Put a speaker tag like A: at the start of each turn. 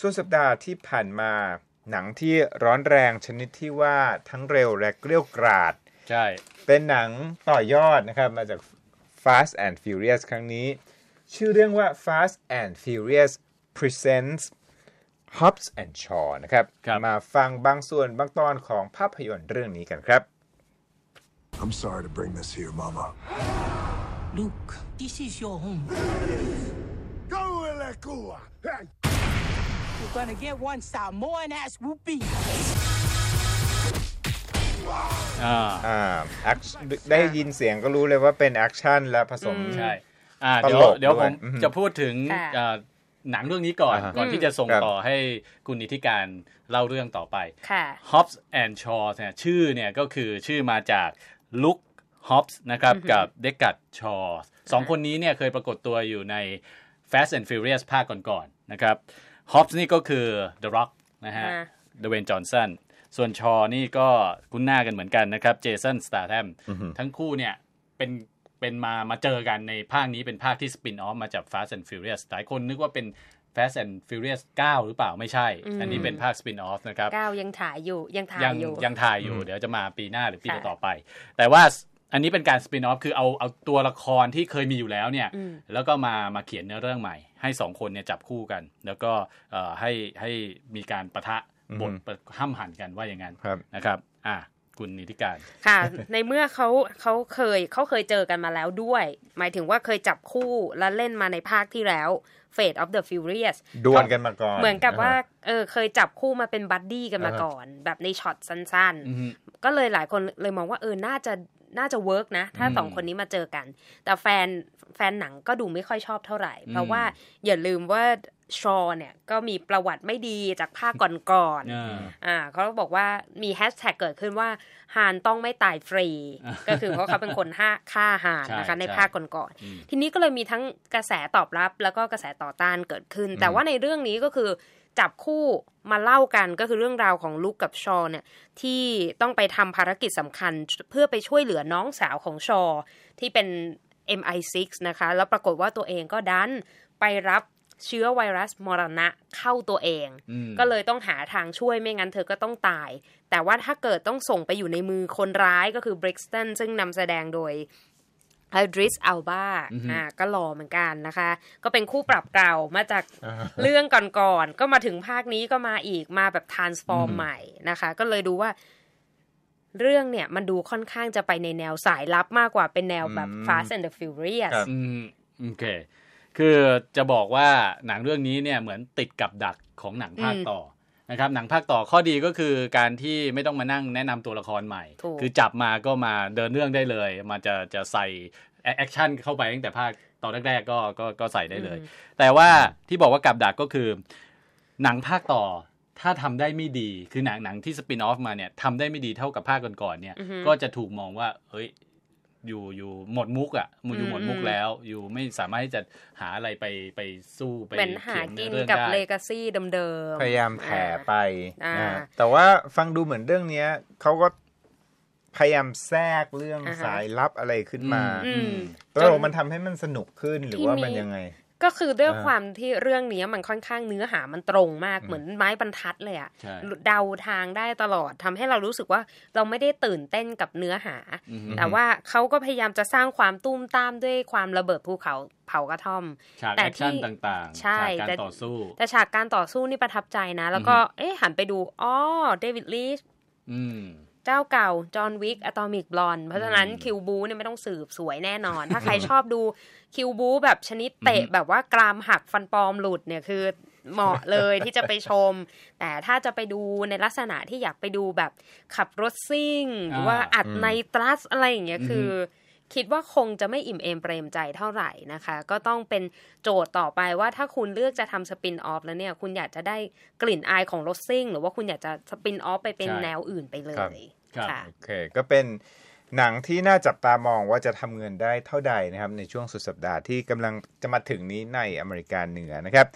A: ส่วนสัปดาห์ที่ผ่านมา หนังที่ร้อนแรงชนิดที่ว่าทั้งเร็วและเกลี้ยวกราด
B: ใช่
A: เป็นหนังต่อยอดนะครับ มาจาก Fast and Furious ครั้งนี้ ชื่อเรื่องว่า Fast and Furious Presents Hobbs and Shaw นะครับ มาฟังบางส่วนบางตอนของภาพยนตร์เรื่องนี้กันครับ
C: I'm sorry to bring this here, Mama.
D: Luke, this is your home.
C: Go, Elekua! Hey!
D: You're gonna get one Samoan ass whoopee.
B: อ่า
A: อ่า act- ได้ยินเสียงก็รู้เลยว่าเป็นแอคชั่นและผสม
B: ใช่อ่า
A: ต
B: เดี๋ย
A: ล
B: ว
A: ก
B: เดี๋ยว
A: ด้
B: ผ
A: วย
B: ม
A: อือฮึ
B: จะพูดถึง
E: ค่ะ
B: อ่าหนังเรื่องนี้ก่อน
A: อ่าฮะ
B: ก่อนที่จะส่ง
A: ครับ
B: ต่อให้คุณนิติการเล่าเรื่องต่อไป
E: ค่ะ
B: Hobbs and Shaw เนี่ยชื่อเนี่ยก็คือชื่อมาจากลุค Hobbs นะครับกับเดกัดชอสองคนนี้เนี่ยเคยปรากฏตัวอยู่ใน Fast and Furious ภาคก่อนๆนะครับ Hobbs นี่ก็คือ The Rock นะฮะ
E: อ่า
B: Dwayne Johnson ส่วนชอนี่ก็คุ้นหน้ากันเหมือนกันนะครับ Jason Statham ทั้งคู่เนี่ยเป็นเป็นมามาเจอกันในภาคนี้เป็นภาคที่สปินออฟมาจาก Fast and Furious หลายคนนึกว่าเป็น Fast and Furious 9 หรือเปล่าไม่ใช่ อันนี้เป็นภาคสปินออฟนะครับ
E: ก้าวยังถ่ายอยู่ยังถ่าย
B: ยัง
E: อยู่
B: ยังถ่ายอยู่เดี๋ยวจะมาปีหน้าหรือปี
E: ค่ะ
B: ต่อๆไป แต่ว่าอันนี้เป็นการสปินออฟคือเอาเอาตัวละครที่เคยมีอยู่แล้วเนี่ย แล้วก็มามาเขียนเนื้อเรื่องใหม่ ให้สองคนเนี่ยจับคู่กัน แล้วก็เอ่อให้ให้มีการประทะบทประห้ามหันกันว่าอย่างนั้น
A: ครับ
B: นะครับ อ่ะคุณนิติการ
E: ค่ะ ในเมื่อเขาเขาเคยเขาเคยเจอกันมาแล้วด้วย หมายถึงว่าเคยจับคู่และเล่นมาในภาคที่แล้ว Fate of the Furious
A: ดวลกันมาก่อน
E: เหมือนกับว่า
A: ะฮะ
E: เออเคยจับคู่มาเป็นบัดดี้กันมา
A: อ่าฮะ
E: ก่อน แบบในช็อตสั้น
B: อือฮึ
E: ๆ ก็เลยหลายคนเลยมองว่าเออน่าจะน่าจะเวิร์กนะ ถ้าสองคนนี้มาเจอกัน แต่แฟนแฟนหนังก็ดูไม่ค่อยชอบเท่าไหร่ เพราะว่าอย่าลืมว่าชอเนี่ยก็มีประวัติไม่ดีจากภาคก่อนๆ
B: อ่า
E: อ่าเขาบอกว่ามีแฮชแท็กเกิดขึ้นว่าฮานต้องไม่ตายฟรี ก็คือเพราะเขาเป็นคนห้าฆ่าฮาน
B: ใช่
E: นะคะใน
B: ใช่
E: ภาคก่อนๆทีนี้ก็เลยมีทั้งกระแสตอบรับแล้วก็กระแสต่อต้านเกิดขึ้น แต่ว่าในเรื่องนี้ก็คือจับคู่มาเล่ากันก็คือเรื่องราวของลุกกับชอเนี่ยที่ต้องไปทำภารกิจสำคัญ เพื่อไปช่วยเหลือน้องสาวของชอ ที่เป็น MI6 นะคะ แล้วปรากฏว่าตัวเองก็ดันไปรับเชื้อไวรัสมรณะเข้าตัวเอง
B: อืม
E: ก็เลยต้องหาทางช่วยไม่งั้นเธอก็ต้องตาย แต่ว่าถ้าเกิดต้องส่งไปอยู่ในมือคนร้ายก็คือ Brixton ซึ่งนำแสดงโดยอดริสอัลบาอ่าก็หล่อเหมือนกันนะคะ ก็เป็นคู่ปรับเก่ามาจากเรื่องก่อนๆ ก็มาถึงภาคนี้ก็มาอีกมาแบบ transform ใหม่นะคะ ก็เลยดูว่า เรื่องเนี่ยมันดูค่อนข้างจะไปในแนวสายลับมากกว่าเป็นแนวแบบ Fast and the Furious
A: ครับ
B: อืมโอเค คือจะบอกว่าหนังเรื่องนี้เนี่ยเหมือนติดกับดักของหนังภาคต่อนะครับ หนังภาคต่อข้อดีก็คือการที่ไม่ต้องมานั่งแนะนำตัวละครใหม่
E: ถูก
B: คือจับมาก็มาเดินเรื่องได้เลย มันจะจะใส่แอคชั่นเข้าไปตั้งแต่ภาคตอนแรกๆก็ก็ก็ใส่ได้เลย แต่ว่าที่บอกว่ากับดักก็คือ หนังภาคต่อถ้าทำได้ไม่ดี คือหนังหนังที่สปินออฟมาเนี่ยทำได้ไม่ดีเท่ากับภาคก่อนๆเนี่ยก็จะถูกมองว่าเอ้ย อยู่อยู่หมดมุกอ่ะมันอยู่หมดมุกแล้ว อยู่ไม่สามารถที่จะหาอะไรไปไปสู้ไป
E: เหมือนหากิน
B: เขีย
E: กับ
B: เอ
E: เล
B: เรื่องได้
E: กาซี่เดิมๆ
A: พยายามแผ่ไป
E: อ่า
A: นะแต่ว่าฟังดูเหมือนเรื่องเนี้ยเขาก็พยายามแทรกเรื่อง
E: อ่าฮะ
A: สายลับอะไรขึ้นมา
E: อืม
A: แล้วมันทำให้มันสนุกขึ้นหรือว่า
E: ที่มี
A: มันยังไง
E: ก็คือด้วย
A: อ่า
E: ความที่เรื่องนี้มันค่อนข้างเนื้อหามันตรงมากเหมือนไม้บรรทัดเลยอะ
B: ใช่
E: เดาทางได้ตลอดทำให้เรารู้สึกว่าเราไม่ได้ตื่นเต้นกับเนื้อหา แต่ว่าเขาก็พยายามจะสร้างความตุ้มตามด้วยความระเบิดภูเขาเผากระท่อม
B: ฉาก
E: แต่
B: แอคชั่น
E: ที่
B: ต่างๆ
E: ใช่
B: ฉากการ
E: แต่
B: ต่อสู้
E: แต่ฉากการต่อสู้นี่ประทับใจนะ แล้วก็เอ๊ะหันไปดูอ๋อเดวิดลีช
B: อืม
E: เจ้าเก่า จอห์นวิกอะตอมิกบลอนเพราะฉะนั้นคิวบูเนี่ยไม่ต้องสืบสวยแน่นอน ถ้าใครชอบดูคิวบูแบบชนิดเตะแบบว่ากรามหักฟันปลอมหลุดเนี่ยคือ เหมาะเลย ที่จะไปชม แต่ถ้าจะไปดูในลักษณะที่อยากไปดูแบบขับรถซิ่ง หรือว่า
B: อ่า
E: อัดในตรัสอะไรอย่างเงี้ย
B: อือฮึ
E: คือ คิดว่าคงจะไม่อิ่มเอมเปรมใจเท่าไหร่นะคะ ก็ต้องเป็นโจทย์ต่อไปว่าถ้าคุณเลือกจะทำสปินออฟแล้วเนี่ย คุณอยากจะได้กลิ่นอายของรถซิ่ง หรือว่าคุณอยากจะสปินออฟไปเป็น
B: ใช่
E: แนวอื่นไปเล
A: ครับ
E: ย
B: ครับ
E: ค่ะ
A: โอเค ก็เป็นหนังที่น่าจับตามองว่าจะทำเงินได้เท่าใดนะครับ ในช่วงสุดสัปดาห์ที่กำลังจะมาถึงนี้ในอเมริกาเหนือนะครับ